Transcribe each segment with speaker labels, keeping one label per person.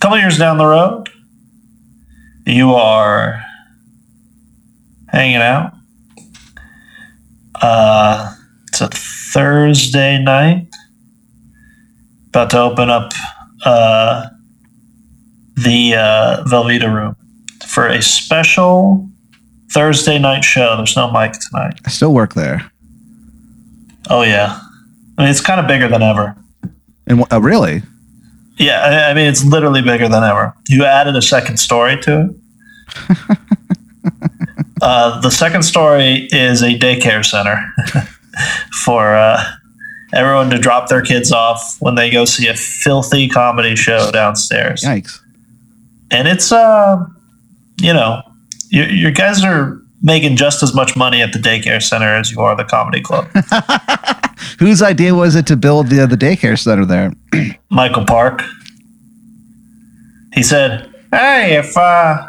Speaker 1: couple years down the road, you are hanging out. Uh, it's a Thursday night. About to open up uh, the uh, Velveeta room for a special Thursday night show. There's no mic tonight.
Speaker 2: I still work there.
Speaker 1: Oh, yeah. I mean, it's kind of bigger than ever.
Speaker 2: And wh- oh, really,
Speaker 1: Yeah, I, I mean, it's literally bigger than ever. You added a second story to it. uh, the second story is a daycare center for uh, everyone to drop their kids off when they go see a filthy comedy show downstairs.
Speaker 2: yikes!
Speaker 1: And it's, uh, you know, you, your guys are making just as much money at the daycare center as you are the comedy club.
Speaker 2: Whose idea was it to build the the daycare center there?
Speaker 1: Michael Park. He said, "Hey, if uh,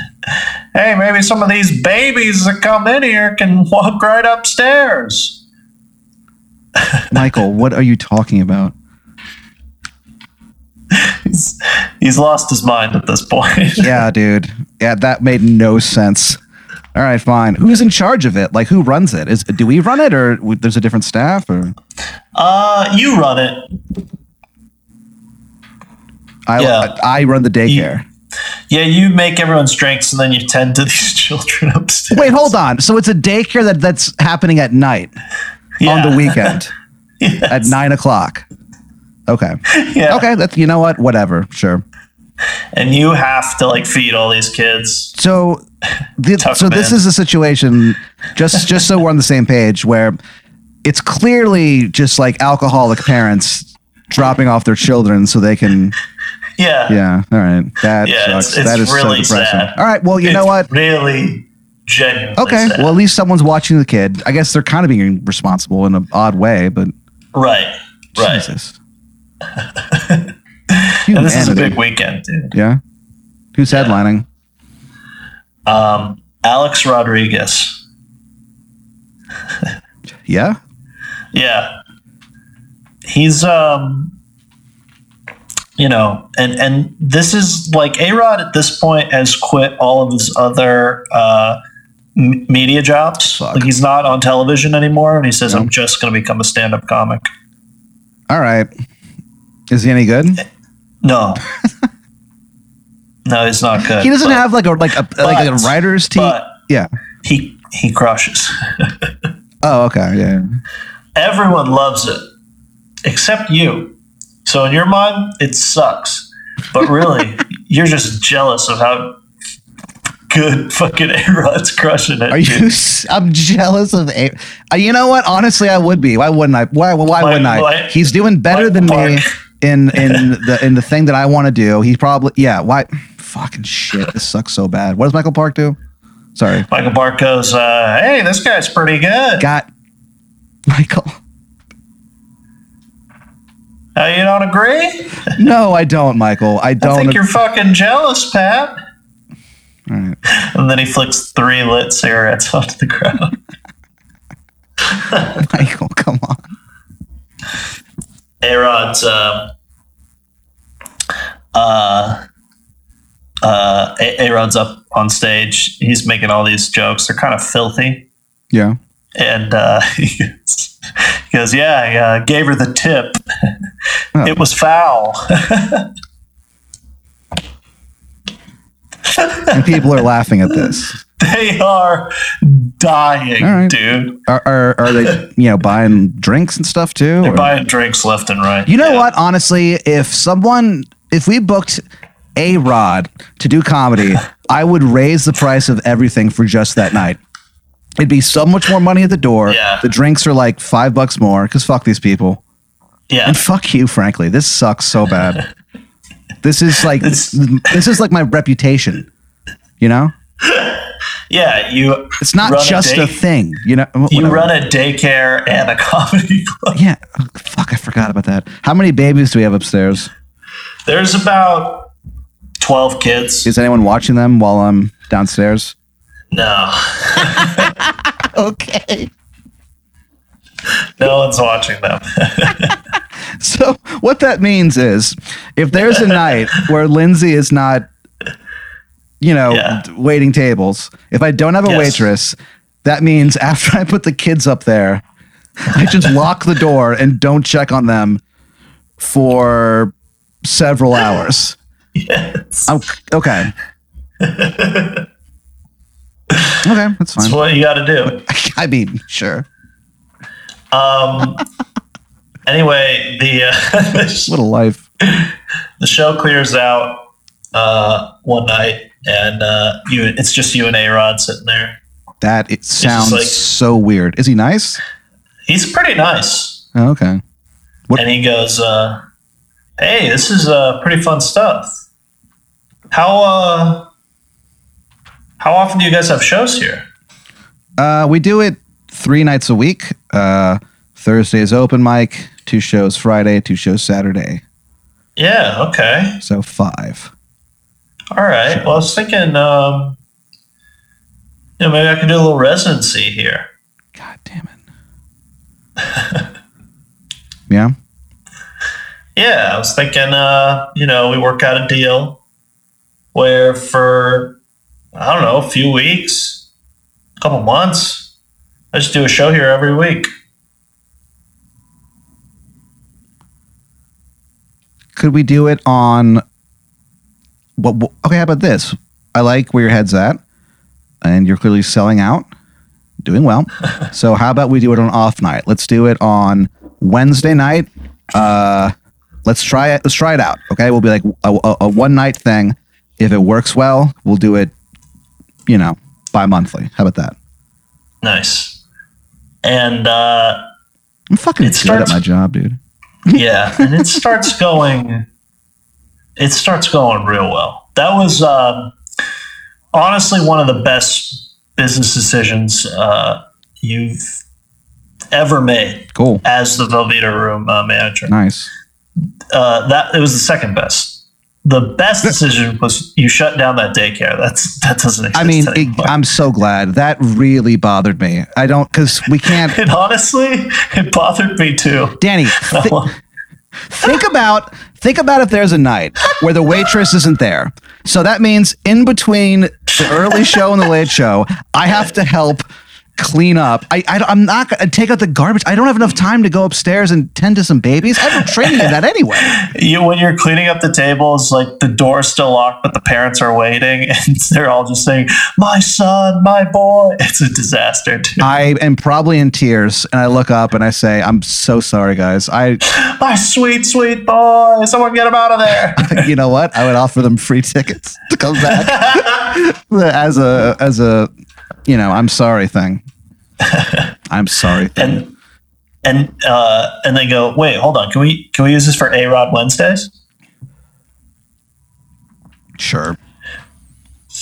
Speaker 1: hey, maybe some of these babies that come in here can walk right upstairs."
Speaker 2: Michael, what are you talking about?
Speaker 1: He's, he's lost his mind at this point.
Speaker 2: Yeah, dude. Yeah, that made no sense. All right, fine. Who's in charge of it? Like, who runs it? Is do we run it, or w- there's a different staff, or
Speaker 1: Uh, you run it.
Speaker 2: I
Speaker 1: Yeah.
Speaker 2: I, I run the daycare.
Speaker 1: Yeah, you make everyone's drinks and then you tend to these children upstairs.
Speaker 2: Wait, hold on. So it's a daycare that that's happening at night
Speaker 1: Yeah.
Speaker 2: on the weekend at nine o'clock. Okay.
Speaker 1: Yeah.
Speaker 2: Okay. That's you know what. Whatever. Sure.
Speaker 1: And you have to like feed all these kids.
Speaker 2: So, the,
Speaker 1: Tough
Speaker 2: so this
Speaker 1: man.
Speaker 2: is a situation. Just just so we're on the same page, where it's clearly just like alcoholic parents dropping off their children so they can.
Speaker 1: Yeah.
Speaker 2: Yeah. All right. That
Speaker 1: Yeah, it's-
Speaker 2: sucks.
Speaker 1: it's
Speaker 2: that is
Speaker 1: really
Speaker 2: so depressing.
Speaker 1: sad.
Speaker 2: All right. Well, you know
Speaker 1: It's
Speaker 2: what?
Speaker 1: Really genuinely.
Speaker 2: Okay.
Speaker 1: sad.
Speaker 2: Well, at least someone's watching the kid. I guess they're kind of being responsible in an odd way, but
Speaker 1: right. Right.
Speaker 2: Jesus.
Speaker 1: And this is a
Speaker 2: Humanity.
Speaker 1: big weekend, dude.
Speaker 2: Yeah. Who's headlining?
Speaker 1: Um, Alex Rodriguez.
Speaker 2: Yeah.
Speaker 1: Yeah. He's um you know, and and this is like A-Rod at this point has quit all of his other uh m- media jobs.
Speaker 2: Fuck.
Speaker 1: Like he's not on television anymore and he says I'm just going to become a stand-up comic.
Speaker 2: All right. Is he any good?
Speaker 1: No. no, he's not good.
Speaker 2: He doesn't
Speaker 1: but
Speaker 2: have like a like a like a
Speaker 1: but-
Speaker 2: writer's team.
Speaker 1: but-
Speaker 2: yeah.
Speaker 1: he he crushes.
Speaker 2: Oh, okay. Yeah.
Speaker 1: everyone loves it except you. So in your mind, it sucks. But really, you're just jealous of how good fucking A-Rod's crushing it.
Speaker 2: Are you? s- I'm jealous of. A- uh, you know what? Honestly, I would be. Why wouldn't I? Why? Why wouldn't I?
Speaker 1: why-
Speaker 2: He's doing better
Speaker 1: why
Speaker 2: than me
Speaker 1: Mark?
Speaker 2: in in the in the thing that I want to do. He probably. Yeah. Why? Fucking shit. This sucks so bad. What does Michael Park do? Sorry.
Speaker 1: Michael Bart goes, uh, hey, this guy's pretty good.
Speaker 2: Got Michael.
Speaker 1: Uh, you don't agree?
Speaker 2: No, I don't, Michael. I
Speaker 1: I
Speaker 2: don't.
Speaker 1: think you're fucking jealous, Pat.
Speaker 2: All right.
Speaker 1: And then he flicks three lit cigarettes onto the ground.
Speaker 2: Michael, come on.
Speaker 1: A-Rod's, um, uh, uh, A- A-Rod's up on stage. He's making all these jokes. They're kind of filthy.
Speaker 2: Yeah.
Speaker 1: And uh, he goes- he goes, Yeah, I uh, gave her the tip.
Speaker 2: Oh.
Speaker 1: It was foul.
Speaker 2: And people are laughing at this.
Speaker 1: they are dying,
Speaker 2: All right.
Speaker 1: dude.
Speaker 2: Are, are, are they, you know, buying drinks and stuff too?
Speaker 1: They're
Speaker 2: or-
Speaker 1: buying drinks left and right.
Speaker 2: you know
Speaker 1: Yeah.
Speaker 2: what? Honestly, if someone, if we booked A Rod to do comedy, I would raise the price of everything for just that night. It'd be so much more money at the door.
Speaker 1: Yeah.
Speaker 2: The drinks are like five bucks more because fuck these people.
Speaker 1: Yeah.
Speaker 2: And fuck you, frankly. This sucks so bad. this is like,
Speaker 1: It's-
Speaker 2: this is like my reputation, you know?
Speaker 1: Yeah. You,
Speaker 2: It's not
Speaker 1: Run a
Speaker 2: just
Speaker 1: day-
Speaker 2: a, thing, you know?
Speaker 1: you
Speaker 2: Whatever.
Speaker 1: run a daycare and a comedy club.
Speaker 2: Yeah. Oh, Fuck, I forgot about that. How many babies do we have upstairs?
Speaker 1: There's about 12 kids.
Speaker 2: Is anyone watching them while I'm downstairs?
Speaker 1: No,
Speaker 2: Okay.
Speaker 1: no one's watching them.
Speaker 2: so what that means is if there's a night where Lindsay is not, you know,
Speaker 1: Yeah.
Speaker 2: waiting tables, if I don't have a
Speaker 1: Yes.
Speaker 2: waitress, that means after I put the kids up there, I just lock the door and don't check on them for several hours.
Speaker 1: Yes.
Speaker 2: I'm, okay. okay, that's
Speaker 1: That's
Speaker 2: fine.
Speaker 1: what you got to do.
Speaker 2: I mean, sure.
Speaker 1: Um, anyway, the, uh, the
Speaker 2: What a life.
Speaker 1: show clears out uh, one night, and uh, you it's just you and A Rod sitting there.
Speaker 2: That it
Speaker 1: just
Speaker 2: sounds
Speaker 1: like-
Speaker 2: so weird. Is he nice?
Speaker 1: He's pretty nice,
Speaker 2: Oh, okay. What-
Speaker 1: and he goes, uh, "Hey, this is uh, pretty fun stuff. How uh, how often do you guys have shows here?"
Speaker 2: Uh, we do it three nights a week. Uh, Thursday is open mic, two shows Friday, two shows Saturday.
Speaker 1: Yeah. Okay.
Speaker 2: So five.
Speaker 1: All right. Well, I was thinking, um, you know, maybe I could do a little residency here.
Speaker 2: God damn it. yeah.
Speaker 1: Yeah, I was thinking, uh, you know, we work out a deal where for, I don't know, a few weeks, a couple months, I just do a show here every week.
Speaker 2: Could we do it on? What, what- okay, how about this? I like where your head's at, and you're clearly selling out, doing well. so how about we do it on off night? Let's do it on Wednesday night. Uh, let's try it. Let's try it out. Okay, we'll be like a, a, a one night thing. If it works well, we'll do it. You know, bi monthly. How about that?
Speaker 1: Nice. And uh,
Speaker 2: I'm fucking
Speaker 1: It
Speaker 2: good
Speaker 1: starts-
Speaker 2: at my job, dude.
Speaker 1: yeah, and it starts going, it starts going real well. That was um, honestly one of the best business decisions uh, you've ever made
Speaker 2: Cool.
Speaker 1: as the Velveeta Room uh, manager.
Speaker 2: Nice.
Speaker 1: uh, that it was the second best. The best decision was you shut down that daycare. That's that doesn't exist.
Speaker 2: I mean, it,
Speaker 1: anymore.
Speaker 2: I'm so glad that really bothered me. I don't because we can't.
Speaker 1: and honestly, it bothered me too.
Speaker 2: Danny, thi- think about think about if there's a night where the waitress isn't there. So that means in between the early show and the late show, I have to help clean up. I, I am not gonna take out the garbage. I don't have enough time to go upstairs and tend to some babies. I have no training in that anyway.
Speaker 1: You when you're cleaning up the tables, like the door's still locked, but the parents are waiting, and they're all just saying, "My son, my boy." It's a disaster. Dude.
Speaker 2: I am probably in tears, and I look up and I say, "I'm so sorry, guys. I
Speaker 1: My sweet, sweet boy. Someone get him out of there.
Speaker 2: you know what? I would offer them free tickets to come back as a as a you know I'm sorry thing. I'm sorry thing.
Speaker 1: and and uh, and they go, "Wait, hold on. Can we can we use this for A Rod Wednesdays?"
Speaker 2: sure.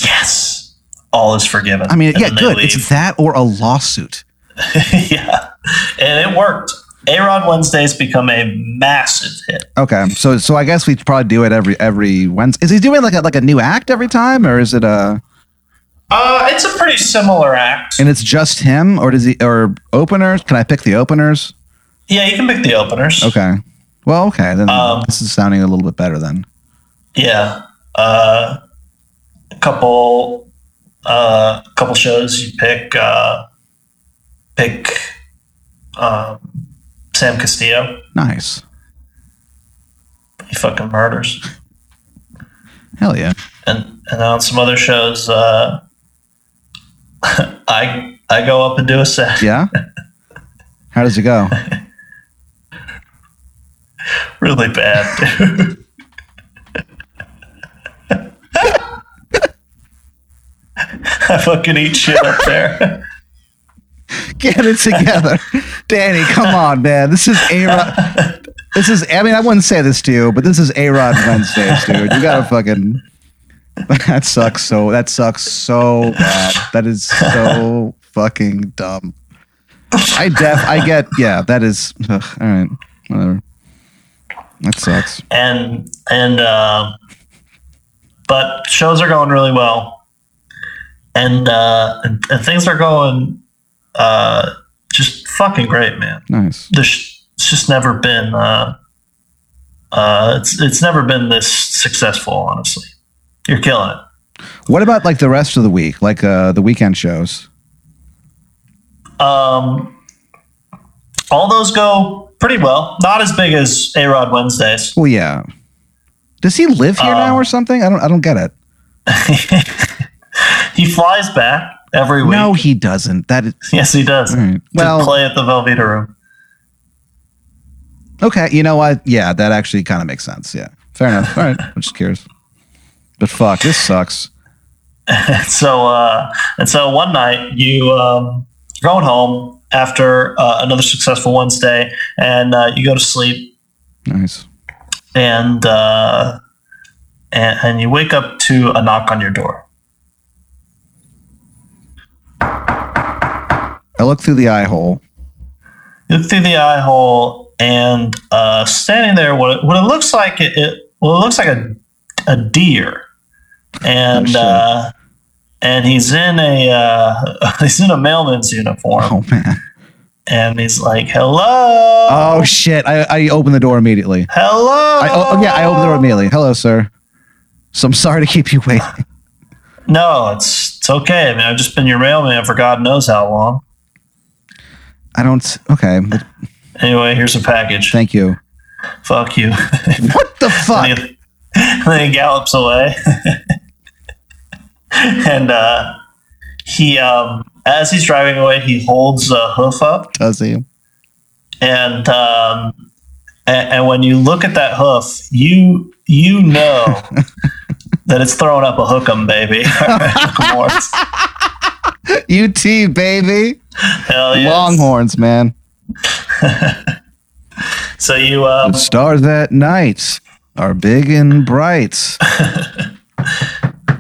Speaker 1: yes, all is forgiven.
Speaker 2: I mean,
Speaker 1: And
Speaker 2: yeah,
Speaker 1: then they
Speaker 2: good.
Speaker 1: leave.
Speaker 2: It's that or a lawsuit.
Speaker 1: yeah, and it worked. Aaron Wednesdays become a massive hit.
Speaker 2: Okay, so so I guess we probably do it every every Wednesday. Is he doing like a like a new act every time, or is it a
Speaker 1: Uh, it's a pretty similar act.
Speaker 2: and it's just him, or does he or openers? Can I pick the openers?
Speaker 1: Yeah, you can pick the openers.
Speaker 2: Okay, well, okay, then
Speaker 1: Um,
Speaker 2: this is sounding a little bit better then.
Speaker 1: Yeah, uh, a couple, uh, a couple shows. You pick, uh, pick um, Sam Castillo.
Speaker 2: Nice,
Speaker 1: He fucking murders.
Speaker 2: hell yeah.
Speaker 1: and and on some other shows, uh, I I go up and do a set.
Speaker 2: Yeah. How does it go?
Speaker 1: Really bad. dude. I fucking eat shit up there.
Speaker 2: Get it together, Danny. Come on, man. This is a Rod. This is. I mean, I wouldn't say this to you, but this is a Rod Wednesdays, dude. You gotta fucking. That sucks so. That sucks so bad. That is so fucking dumb. I def. I get. Yeah. That is. ugh, all right. Whatever. That sucks.
Speaker 1: And and uh, but shows are going really well, and uh, and, and things are going uh, just fucking great, man.
Speaker 2: Nice.
Speaker 1: there's it's just never been uh, Uh, it's it's never been this successful, honestly. You're killing it.
Speaker 2: What about like the rest of the week, like uh, the weekend shows?
Speaker 1: Um, all those go pretty well. Not as big as A Rod Wednesdays.
Speaker 2: Well, yeah. Does he live here now
Speaker 1: Um,
Speaker 2: or something? I don't. I don't get it.
Speaker 1: he flies back every week.
Speaker 2: No, he doesn't. That is
Speaker 1: Yes, he does.
Speaker 2: all right.
Speaker 1: to
Speaker 2: well.
Speaker 1: play at the Velveeta Room.
Speaker 2: Okay, you know what? Yeah, that actually kind of makes sense. Yeah, fair enough. All right, I'm just curious. But fuck, this sucks.
Speaker 1: And so, uh, and so one night you um, you're going home after uh, another successful Wednesday, and uh, you go to sleep.
Speaker 2: Nice.
Speaker 1: and uh, and, and you wake up to a knock on your door.
Speaker 2: I look through the eye hole.
Speaker 1: You look through the eye hole, and uh, standing there, what it, what it looks like it, it well, it looks like a a deer, and
Speaker 2: Oh, shit.
Speaker 1: uh, and he's in a uh, he's in a mailman's uniform,
Speaker 2: Oh man.
Speaker 1: and he's like, "Hello,
Speaker 2: Oh shit! I, I open the door immediately.
Speaker 1: hello."
Speaker 2: I, oh, oh, yeah, I open the door immediately. Hello, sir. So I'm sorry to keep you waiting.
Speaker 1: No, it's it's okay. I mean, I've just been your mailman for God knows how long.
Speaker 2: I don't. s- Okay. but
Speaker 1: Anyway, here's a package.
Speaker 2: Thank you.
Speaker 1: Fuck you.
Speaker 2: What the fuck?
Speaker 1: And he, then he gallops away. and uh, he, um, as he's driving away, he holds a hoof up,
Speaker 2: Does he?
Speaker 1: and um, and, and when you look at that hoof, you you know that it's throwing up a hookem, baby. Hookem-horns.
Speaker 2: UT baby. Oh,
Speaker 1: Hell yes.
Speaker 2: Longhorns, man.
Speaker 1: So you um,
Speaker 2: The stars that night are big and bright.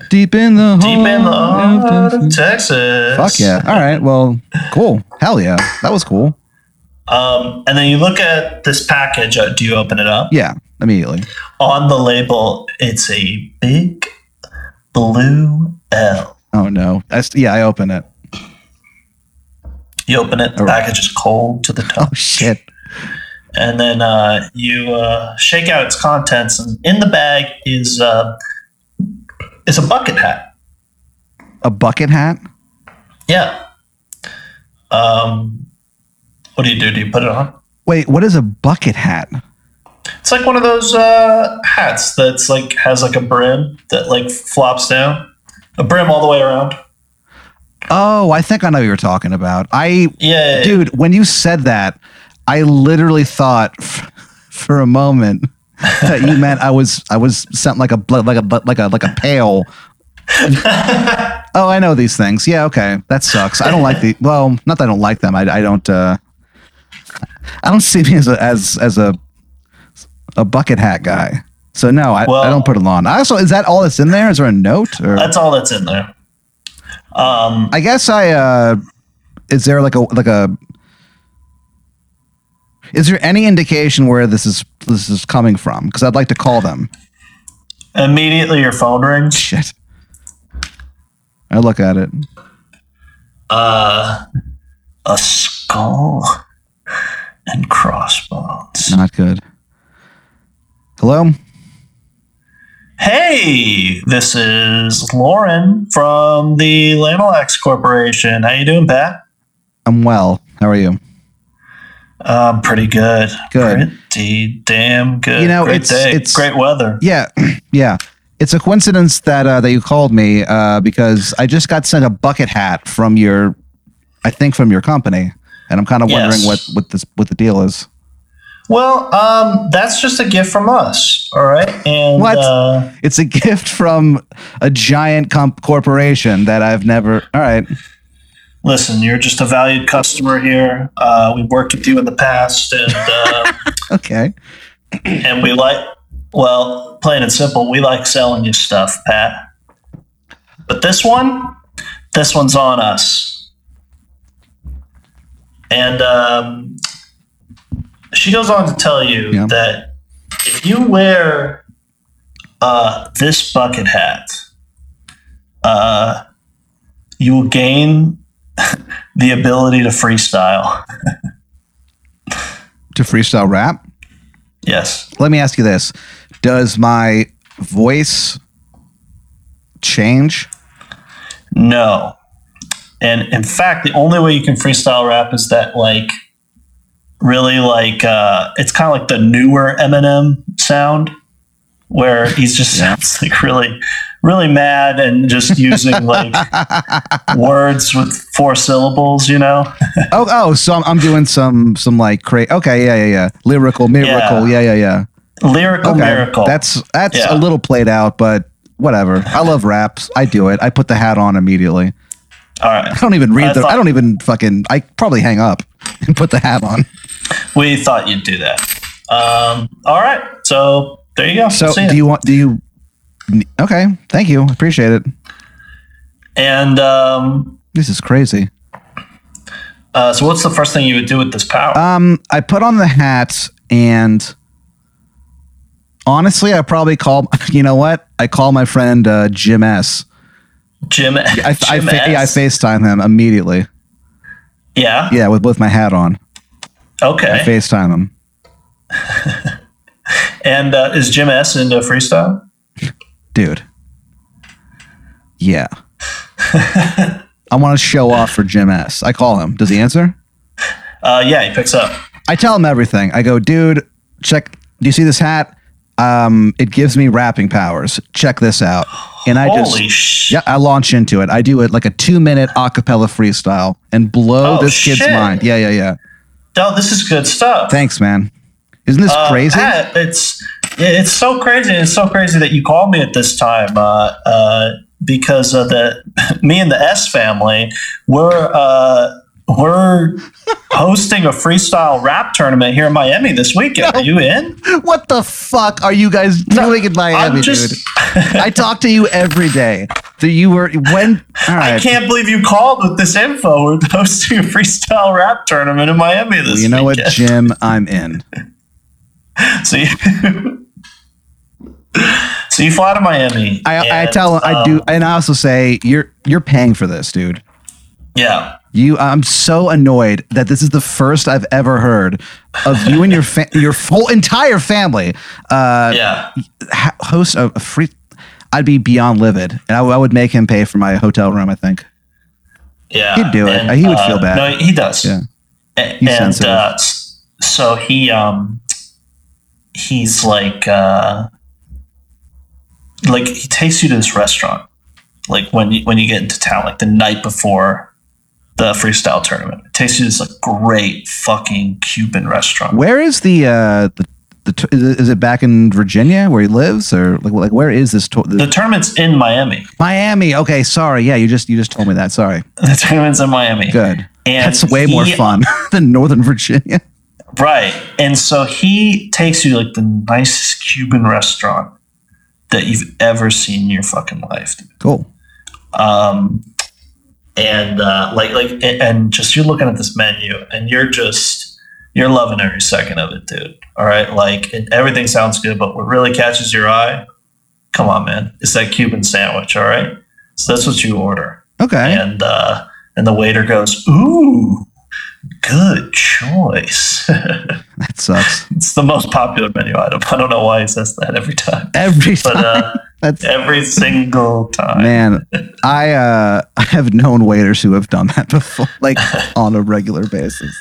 Speaker 2: Deep in the
Speaker 1: deep in the
Speaker 2: heart of
Speaker 1: heart of
Speaker 2: Texas.
Speaker 1: Texas.
Speaker 2: Fuck yeah. All right. Well, cool. Hell yeah. That was cool.
Speaker 1: Um, and then you look at this package. Uh, do you open it up?
Speaker 2: Yeah. Immediately.
Speaker 1: on the label, it's a big blue L.
Speaker 2: Oh no. I, st- yeah, I open it.
Speaker 1: You open it, the
Speaker 2: All right.
Speaker 1: package is cold to the
Speaker 2: Oh
Speaker 1: touch.
Speaker 2: shit.
Speaker 1: And then uh, you uh, shake out its contents, and in the bag is uh, is a bucket hat.
Speaker 2: A bucket hat?
Speaker 1: Yeah. Um, what do you do? Do you put it on?
Speaker 2: Wait, what is a bucket hat?
Speaker 1: It's like one of those uh, hats that's like has like a brim that like flops down, a brim all the way around.
Speaker 2: Oh, I think I know what you're talking about. I
Speaker 1: Yeah,
Speaker 2: dude when you said that i literally thought f- for a moment that you meant i was i was sent like a blood like a bu- like a like a pail oh i know these things yeah okay that sucks i don't like the well not that i don't like them i, I don't uh i don't see me as a as as a a bucket hat guy so no i, I
Speaker 1: Well-
Speaker 2: don't put it on i also is that all that's in there is there a note or
Speaker 1: that's all that's in there. Um,
Speaker 2: I guess I uh is there like a like a is there any indication where this is this is coming from? Because I'd like to call them.
Speaker 1: Immediately, your phone rings.
Speaker 2: Shit. I look at it.
Speaker 1: Uh, a skull and crossbones.
Speaker 2: Not good. Hello?
Speaker 1: Hey, this is Lauren from the Lanolax Corporation. How you doing, Pat?
Speaker 2: I'm well. How are you?
Speaker 1: Um, pretty good.
Speaker 2: Good.
Speaker 1: Pretty damn good.
Speaker 2: You know,
Speaker 1: great
Speaker 2: it's-
Speaker 1: day,
Speaker 2: it's-
Speaker 1: great weather.
Speaker 2: Yeah. yeah. It's a coincidence that uh, that you called me uh, because I just got sent a bucket hat from your I think from your company. And I'm kind of wondering
Speaker 1: Yes.
Speaker 2: what, what this what the deal is.
Speaker 1: Well, um, that's just a gift from us. All right, and
Speaker 2: What?
Speaker 1: Uh,
Speaker 2: It's a gift from a giant comp corporation that I've never. All right.
Speaker 1: listen, you're just a valued customer here. Uh, we've worked with you in the past, and. Uh,
Speaker 2: Okay.
Speaker 1: and we like well plain and simple we like selling you stuff pat but this one this one's on us and um, she goes on to tell you
Speaker 2: Yeah.
Speaker 1: that if you wear uh, this bucket hat uh, you will gain the ability to freestyle
Speaker 2: To freestyle rap.
Speaker 1: Yes.
Speaker 2: Let me ask you this: Does my voice change?
Speaker 1: No. And in fact, the only way you can freestyle rap is that like really like uh it's kind of like the newer Eminem sound where he's just sounds like really really mad and just using like words with four syllables, you know?
Speaker 2: Oh, oh, so I'm, I'm doing some some like cra Okay, yeah, yeah, yeah. Lyrical miracle. Yeah, yeah, yeah.
Speaker 1: Lyrical
Speaker 2: Okay,
Speaker 1: Oh, miracle.
Speaker 2: that's that's
Speaker 1: Yeah.
Speaker 2: a little played out, but whatever. I love raps. I do it. I put the hat on immediately.
Speaker 1: all right.
Speaker 2: I don't even read
Speaker 1: I
Speaker 2: the.
Speaker 1: thought-
Speaker 2: I don't even fucking. I probably hang up and put the hat on.
Speaker 1: We thought you'd do that. Um, all right. So there you go.
Speaker 2: So
Speaker 1: See ya.
Speaker 2: do you want? Do you? Okay, thank you. Appreciate it.
Speaker 1: and um,
Speaker 2: This is crazy.
Speaker 1: uh, so what's the first thing you would do with this power?
Speaker 2: Um, I put on the hat and honestly, I probably call. You know what? I call my friend uh, Jim S.
Speaker 1: Jim.
Speaker 2: I, I
Speaker 1: Jim
Speaker 2: fa- yeah, I
Speaker 1: S?
Speaker 2: FaceTime him immediately.
Speaker 1: yeah.
Speaker 2: Yeah, with with my hat on.
Speaker 1: Okay.
Speaker 2: FaceTime him.
Speaker 1: and uh, is Jim S into freestyle?
Speaker 2: dude. Yeah. I want to show off for Jim S. I call him. Does he answer?
Speaker 1: Uh, yeah, he picks up.
Speaker 2: I tell him everything. I go, dude, check. Do you see this hat? Um, it gives me rapping powers. Check this out. And I
Speaker 1: Holy
Speaker 2: just,
Speaker 1: sh!
Speaker 2: yeah, I launch into it. I do it like a two minute acapella freestyle and blow
Speaker 1: Oh,
Speaker 2: this kid's
Speaker 1: shit.
Speaker 2: mind. Yeah, yeah, yeah.
Speaker 1: No, Oh, this is good stuff.
Speaker 2: Thanks, man. Isn't this
Speaker 1: Uh,
Speaker 2: crazy?
Speaker 1: Pat, it's it's so crazy. It's so crazy that you called me at this time. Uh, uh, because of the me and the S family, we're uh, we're hosting a freestyle rap tournament here in Miami this weekend. Are you in?
Speaker 2: What the fuck are you guys doing in Miami,
Speaker 1: I'm just.
Speaker 2: dude? I talk to you every day. So you were when? All right.
Speaker 1: I can't believe you called with this info. We're hosting a freestyle rap tournament in Miami this
Speaker 2: you know what,
Speaker 1: weekend.
Speaker 2: Jim? I'm in.
Speaker 1: So you, so you fly to Miami.
Speaker 2: I, I
Speaker 1: and,
Speaker 2: tell him I
Speaker 1: um,
Speaker 2: do, and I also say you're you're paying for this, dude.
Speaker 1: Yeah.
Speaker 2: You, I'm so annoyed that this is the first I've ever heard of you and your fa- your whole entire family uh,
Speaker 1: Yeah.
Speaker 2: ha- host a, a free. I'd be beyond livid, and I, w- I would make him pay for my hotel room. I think.
Speaker 1: Yeah, uh,
Speaker 2: He'd do it. He would feel bad.
Speaker 1: No, he does.
Speaker 2: Yeah.
Speaker 1: A-
Speaker 2: He's
Speaker 1: and
Speaker 2: sensitive.
Speaker 1: uh, s- so he um he's like uh like he takes you to this restaurant like when you when you get into town like the night before the freestyle tournament it takes you to this like great fucking cuban restaurant
Speaker 2: Where is the uh, the, the t- is it- is it back in Virginia where he lives, or like like where is this? To-
Speaker 1: the tournament's in miami
Speaker 2: Miami. Okay, sorry. Yeah, you just you just told me that. Sorry.
Speaker 1: the tournament's in miami
Speaker 2: Good.
Speaker 1: and
Speaker 2: That's way more
Speaker 1: he-
Speaker 2: fun than Northern Virginia.
Speaker 1: Right. And so he takes you to, like the nicest Cuban restaurant that you've ever seen in your fucking life.
Speaker 2: Cool.
Speaker 1: Um, and uh, like like a- and just you're looking at this menu and you're just you're loving every second of it, dude. All right. Like and everything sounds good, but what really catches your eye, come on, man, it's that Cuban sandwich, all right? So that's what you order
Speaker 2: Okay.
Speaker 1: and uh, and the waiter goes, "Ooh, good choice."
Speaker 2: That sucks.
Speaker 1: it's the most popular menu item. I don't know why he says that every time,
Speaker 2: Every
Speaker 1: but
Speaker 2: time.
Speaker 1: uh,
Speaker 2: That's
Speaker 1: every single time.
Speaker 2: man. I uh I have known waiters who have done that before, like on a regular basis.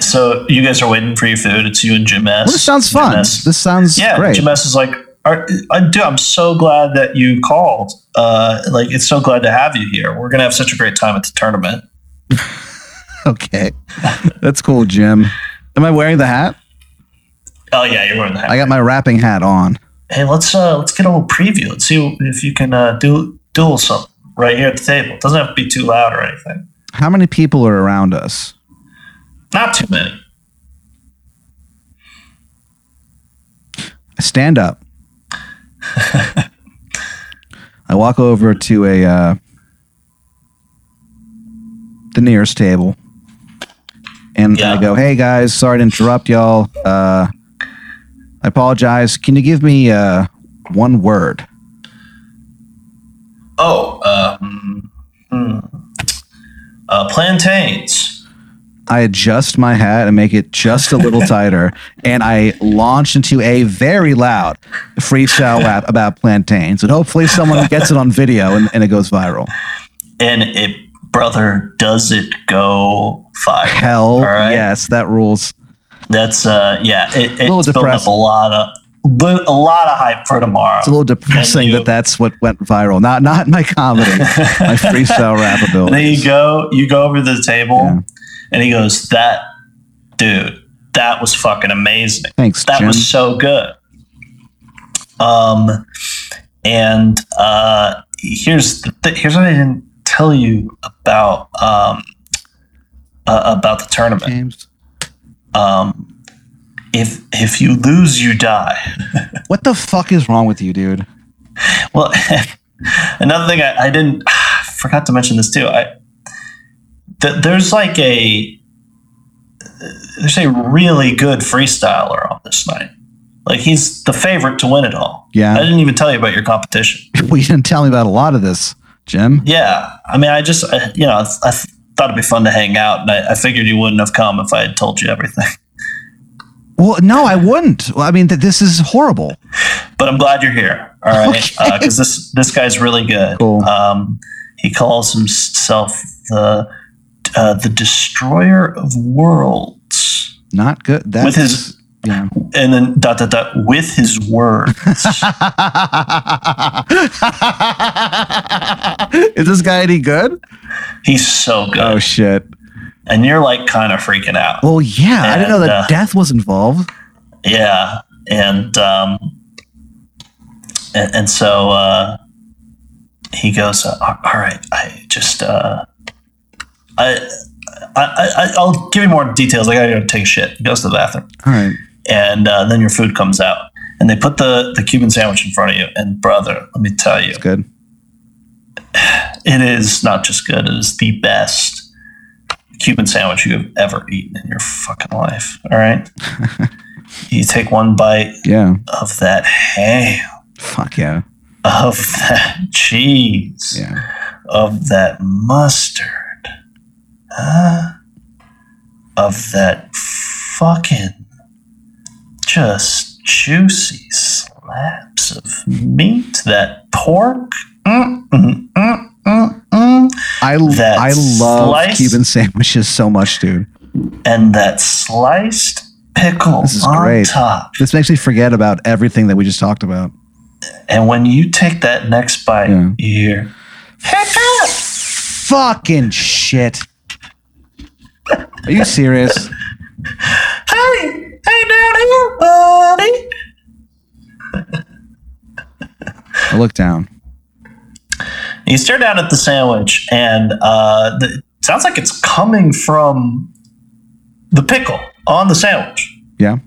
Speaker 1: So you guys are waiting for your food. It's you and Jim S.
Speaker 2: Well, this sounds
Speaker 1: Jim
Speaker 2: fun.
Speaker 1: S.
Speaker 2: This sounds
Speaker 1: Yeah,
Speaker 2: great.
Speaker 1: Jim S. is like, "Are- I do. I'm so glad that you called. Uh, like, it's so glad to have you here. We're gonna have such a great time at the tournament.
Speaker 2: okay. That's cool, Jim. Am I wearing the hat?
Speaker 1: Oh yeah, you're wearing the hat.
Speaker 2: I got my wrapping hat on.
Speaker 1: hey, let's uh, let's get a little preview. Let's see if you can uh, do duel something right here at the table. It doesn't have to be too loud or anything.
Speaker 2: How many people are around us?
Speaker 1: Not too many.
Speaker 2: I stand up. I walk over to a uh, the nearest table, and
Speaker 1: Yeah.
Speaker 2: I go, "Hey guys, sorry to interrupt y'all. Uh, I apologize. Can you give me uh, one word?"
Speaker 1: Oh, um, hmm. uh, plantains.
Speaker 2: I adjust my hat and make it just a little tighter, and I launch into a very loud freestyle rap about plantains. And hopefully, someone gets it on video and, and it goes viral.
Speaker 1: And it, brother, does it go viral?
Speaker 2: Hell
Speaker 1: All right.
Speaker 2: yes, that rules.
Speaker 1: That's uh, yeah. It, it's
Speaker 2: little
Speaker 1: building up a
Speaker 2: depressing.
Speaker 1: lot of bu- a lot of hype for tomorrow.
Speaker 2: It's a little depressing
Speaker 1: you.
Speaker 2: that that's what went viral. Not not my comedy, my freestyle rap
Speaker 1: And then
Speaker 2: ability.
Speaker 1: you go, you go over to the table,
Speaker 2: Yeah.
Speaker 1: and he goes, "That dude, that was fucking amazing.
Speaker 2: Thanks,
Speaker 1: That
Speaker 2: Jim.
Speaker 1: was so good." Um, and uh, here's the th- here's what I didn't tell you about um uh, about the tournament.
Speaker 2: James.
Speaker 1: Um, if if you lose, you die.
Speaker 2: What the fuck is wrong with you, dude?
Speaker 1: Well, another thing I, I didn't I forgot to mention this too. I th- there's like a there's a really good freestyler on this night. Like he's the favorite to win it all.
Speaker 2: Yeah.
Speaker 1: I didn't even tell you about your competition.
Speaker 2: Well, you didn't tell me about a lot of this, Jim.
Speaker 1: Yeah, I mean, I just I, you know I, th- I th- thought it'd be fun to hang out, and I, I figured you wouldn't have come if I had told you everything.
Speaker 2: Well, no, I wouldn't. Well, I mean, th- this is horrible.
Speaker 1: but I'm glad you're here. All right, because
Speaker 2: Okay.
Speaker 1: this this guy's really good.
Speaker 2: Cool.
Speaker 1: Um, he calls himself the uh, the destroyer of worlds,
Speaker 2: Not good. That's
Speaker 1: With his-
Speaker 2: yeah.
Speaker 1: and then dot dot dot with his words.
Speaker 2: is this guy any good?
Speaker 1: He's so good,
Speaker 2: Oh shit.
Speaker 1: and you're like kind of freaking out.
Speaker 2: Well, yeah, I didn't know
Speaker 1: And,
Speaker 2: that
Speaker 1: uh,
Speaker 2: death was involved.
Speaker 1: Yeah, and um, and, and so uh, he goes, uh, "All right, I just uh, I." I, I, I'll give you more details. I gotta go take a shit. He Goes to the bathroom.
Speaker 2: All right.
Speaker 1: and uh, then your food comes out. And they put the, the Cuban sandwich in front of you. And brother, let me tell you,
Speaker 2: It's good.
Speaker 1: it is not just good, it is the best Cuban sandwich you have ever eaten in your fucking life. All right. you take one bite
Speaker 2: Yeah.
Speaker 1: of that ham,
Speaker 2: Fuck yeah.
Speaker 1: of that cheese,
Speaker 2: Yeah.
Speaker 1: of that mustard, huh? of that fucking just juicy slabs of meat, that pork, mm, mm, mm, mm, mm,
Speaker 2: I l-
Speaker 1: That
Speaker 2: I love
Speaker 1: slice-
Speaker 2: Cuban sandwiches so much, dude.
Speaker 1: and that sliced pickle
Speaker 2: This is
Speaker 1: on
Speaker 2: great.
Speaker 1: top.
Speaker 2: This makes me forget about everything that we just talked about.
Speaker 1: And when you take that next bite,
Speaker 2: Yeah.
Speaker 1: you hear, pickle!
Speaker 2: Fucking shit. Are you serious?
Speaker 1: Hey, hey down here, buddy!
Speaker 2: I look down.
Speaker 1: You stare down at the sandwich, and uh, the, it sounds like it's coming from the pickle on the sandwich.
Speaker 2: Yeah.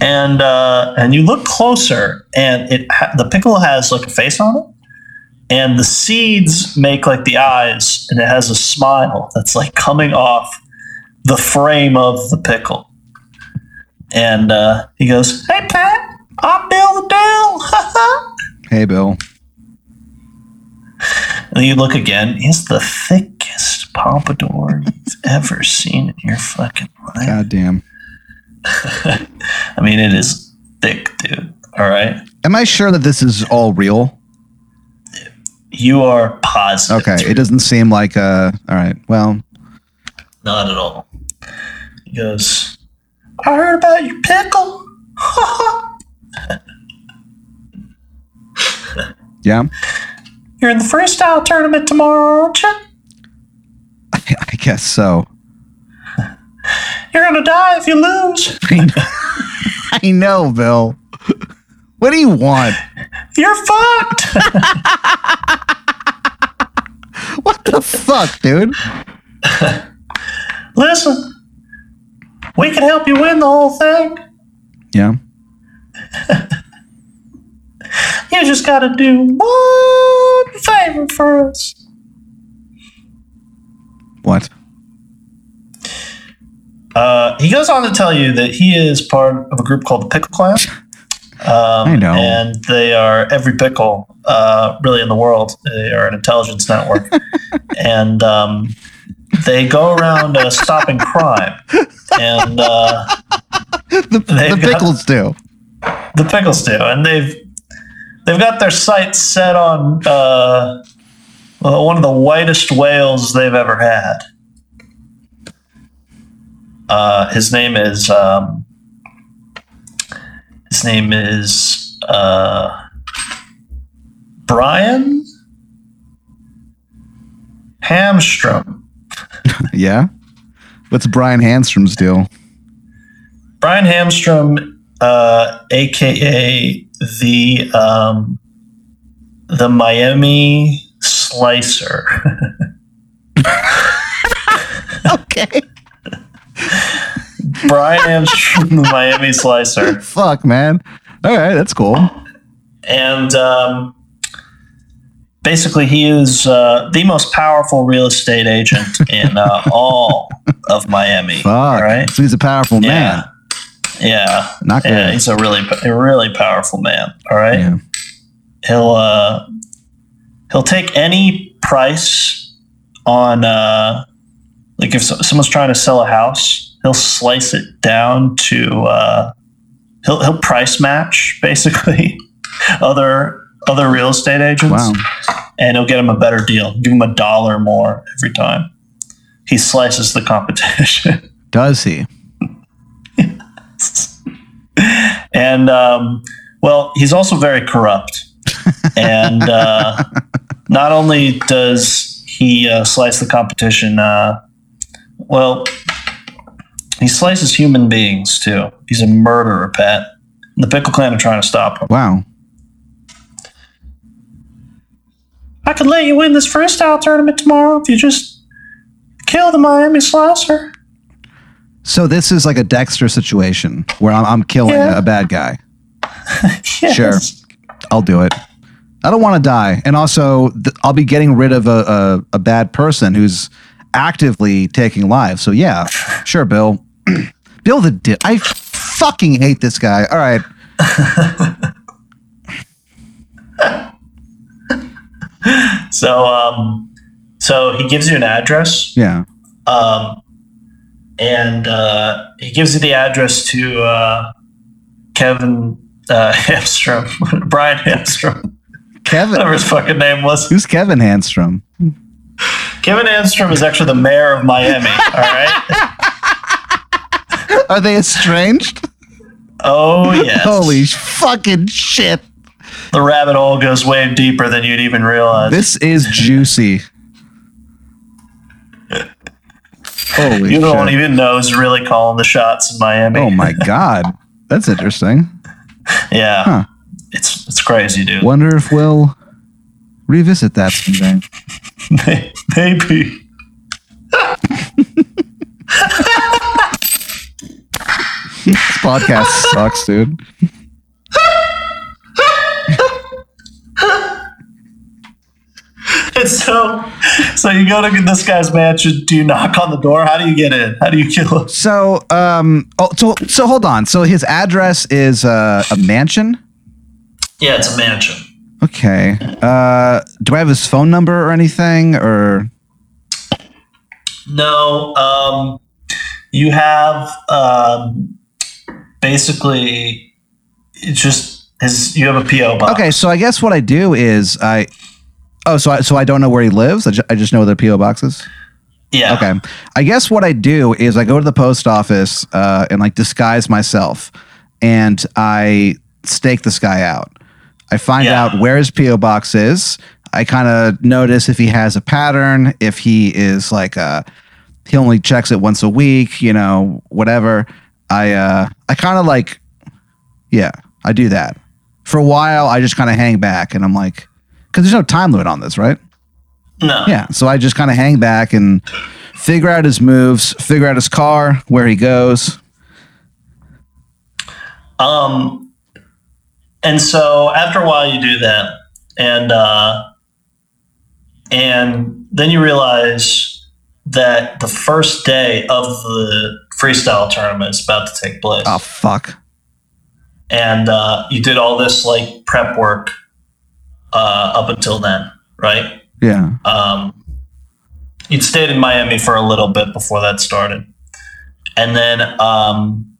Speaker 1: And uh, and you look closer, and it ha- the pickle has like a face on it, and the seeds make like the eyes, and it has a smile that's like coming off the frame of the pickle. And uh, he goes, "Hey Pat, I'm Bill the Dell."
Speaker 2: Hey, Bill.
Speaker 1: And then you look again, he's the thickest pompadour you've ever seen in your fucking life.
Speaker 2: God damn.
Speaker 1: I mean, it is thick, dude. All right.
Speaker 2: Am I sure that this is all real?
Speaker 1: You are positive.
Speaker 2: Okay.
Speaker 1: it's
Speaker 2: It doesn't seem like uh all right. Well,
Speaker 1: Not at all. He goes, I heard about your pickle.
Speaker 2: yeah.
Speaker 1: You're in the freestyle tournament tomorrow, aren't you?
Speaker 2: I guess so.
Speaker 1: You're going to die if you lose.
Speaker 2: I know, I know, Bill. What do you want?
Speaker 1: You're fucked.
Speaker 2: What the fuck, dude?
Speaker 1: Listen, we can help you win the whole thing.
Speaker 2: Yeah.
Speaker 1: You just got to do one favor for us.
Speaker 2: What?
Speaker 1: Uh, he goes on to tell you that he is part of a group called the Pickle Clan. Um,
Speaker 2: I know.
Speaker 1: And they are every pickle, uh, really, in the world. They are an intelligence network. and um, they go around uh, stopping crime, and uh,
Speaker 2: The, the
Speaker 1: got-
Speaker 2: pickles do.
Speaker 1: the pickles do, and they've they've got their sights set on uh, well, one of the whitest whales they've ever had. Uh, his name is um, his name is uh, Brian Hamstrom.
Speaker 2: Yeah. What's Brian Hanstrom's deal?
Speaker 1: Brian Hamstrom, uh, aka the um, the Miami Slicer.
Speaker 2: Okay.
Speaker 1: Brian Hamstrom, the Miami Slicer,
Speaker 2: Fuck, man. All right, that's cool.
Speaker 1: and um, basically he is uh, the most powerful real estate agent in uh, all of Miami.
Speaker 2: Fuck.
Speaker 1: All right.
Speaker 2: So he's a powerful man.
Speaker 1: Yeah.
Speaker 2: Not good.
Speaker 1: Yeah, he's a really, a really powerful man. All right,
Speaker 2: Yeah.
Speaker 1: he'll uh, he'll take any price on uh, like if so- someone's trying to sell a house, he'll slice it down to uh, he'll he'll price match basically other other real estate agents,
Speaker 2: Wow.
Speaker 1: and he'll get him a better deal, give him a dollar more every time. He slices the competition.
Speaker 2: Does he?
Speaker 1: and um, well, he's also very corrupt. and uh, not only does he uh, slice the competition, uh, well, he slices human beings too. He's a murderer, Pat. The Pickle Clan are trying to stop him.
Speaker 2: Wow.
Speaker 1: I could let you win this freestyle tournament tomorrow if you just kill the Miami Slicer.
Speaker 2: So this is like a Dexter situation where I'm, I'm killing
Speaker 1: Yeah.
Speaker 2: a bad guy.
Speaker 1: Yes.
Speaker 2: Sure. I'll do it. I don't want to die, and also th- I'll be getting rid of a, a, a bad person who's actively taking lives. So yeah, sure, Bill. Bill the di- I fucking hate this guy. All right.
Speaker 1: So, um, so he gives you an address.
Speaker 2: Yeah.
Speaker 1: um, and uh, he gives you the address to uh, Kevin uh, Hamstrom, Brian Hamstrom,
Speaker 2: Kevin.
Speaker 1: whatever his fucking name was.
Speaker 2: Who's Kevin Hanstrom?
Speaker 1: Kevin Hamstrom is actually the mayor of Miami. All right.
Speaker 2: Are they estranged?
Speaker 1: Oh yes.
Speaker 2: Holy fucking shit.
Speaker 1: the rabbit hole goes way deeper than you'd even realize.
Speaker 2: This is juicy. Holy
Speaker 1: you don't
Speaker 2: shit.
Speaker 1: even know who's really calling the shots in Miami.
Speaker 2: Oh my god. That's interesting.
Speaker 1: Yeah.
Speaker 2: Huh.
Speaker 1: It's it's crazy, dude.
Speaker 2: Wonder if we'll revisit that someday.
Speaker 1: Maybe.
Speaker 2: This podcast sucks, dude.
Speaker 1: And so, so you go to this guy's mansion. Do you knock on the door? How do you get in? How do you kill him?
Speaker 2: So, um, oh, so, so hold on. So his address is uh, a mansion.
Speaker 1: Yeah, it's a mansion.
Speaker 2: Okay. Uh, do I have his phone number or anything? Or
Speaker 1: No, um, you have um, basically it's just his. You have a PO box.
Speaker 2: okay, so I guess what I do is I. Oh, so I, so I don't know where he lives. I, ju- I just know where the PO box is.
Speaker 1: Yeah.
Speaker 2: Okay. I guess what I do is I go to the post office uh, and like disguise myself and I stake this guy out. I find
Speaker 1: Yeah.
Speaker 2: out where his P.O. box is. I kind of notice if he has a pattern, if he is like a, he only checks it once a week, you know, whatever. I, uh, I kind of like, yeah, I do that. For a while, I just kind of hang back and I'm like, because there's no time limit on this, right?
Speaker 1: No.
Speaker 2: Yeah. So I just kind of hang back and figure out his moves, figure out his car, where he goes.
Speaker 1: Um, and so after a while, you do that, and uh, and then you realize that the first day of the freestyle tournament is about to take place,
Speaker 2: Oh, fuck.
Speaker 1: and uh, you did all this like prep work uh, up until then, right?
Speaker 2: Yeah.
Speaker 1: Um, he'd stayed in Miami for a little bit before that started. And then um,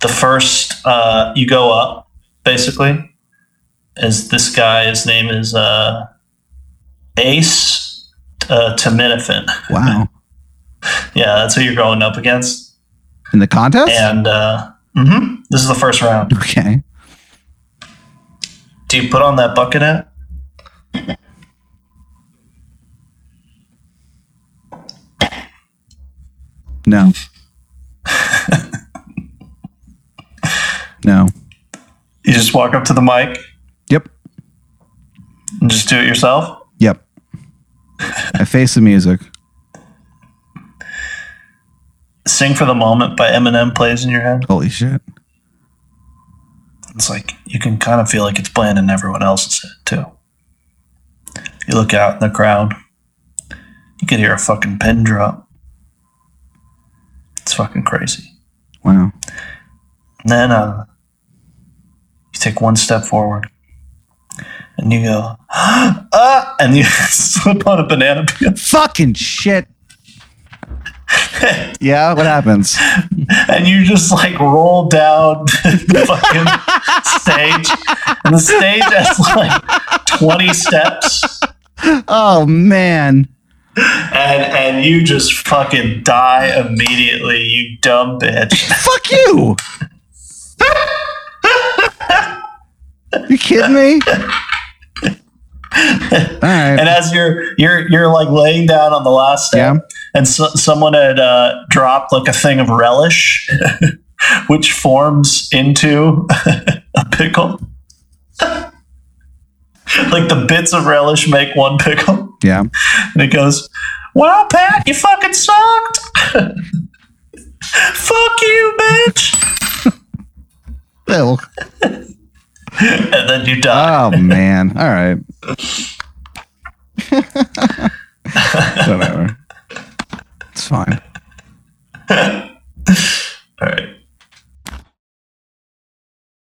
Speaker 1: the first, uh, you go up, basically, is this guy, his name is uh, Ace uh, Taminophen.
Speaker 2: Wow.
Speaker 1: Yeah, that's who you're going up against.
Speaker 2: In the contest?
Speaker 1: And uh, mhm, this is the first round.
Speaker 2: Okay.
Speaker 1: Do you put on that bucket hat?
Speaker 2: No. no.
Speaker 1: You just walk up to the mic
Speaker 2: Yep.
Speaker 1: and just do it yourself?
Speaker 2: Yep. I face the music.
Speaker 1: Sing for the Moment by Eminem plays in your head.
Speaker 2: Holy shit.
Speaker 1: It's like you can kind of feel like it's playing in everyone else's head too. You look out in the crowd, you can hear a fucking pin drop. It's fucking crazy.
Speaker 2: Wow.
Speaker 1: And then uh, you take one step forward, and you go, ah, and you slip on a banana peel,
Speaker 2: Fucking shit. yeah, what happens?
Speaker 1: and you just like roll down the fucking stage, and the stage has like twenty steps.
Speaker 2: Oh man.
Speaker 1: and and you just fucking die immediately, you dumb bitch.
Speaker 2: Fuck you. you kidding me? All
Speaker 1: And
Speaker 2: right.
Speaker 1: as you're you're you're like laying down on the last step,
Speaker 2: Yeah.
Speaker 1: and so, someone had uh, dropped like a thing of relish, which forms into a pickle. like the bits of relish make one pickle,
Speaker 2: Yeah.
Speaker 1: and it goes, "Wow, Pat, you fucking sucked." Fuck you, bitch!
Speaker 2: Well,
Speaker 1: And then you die.
Speaker 2: Oh man. All right. Whatever. It's fine.
Speaker 1: All right.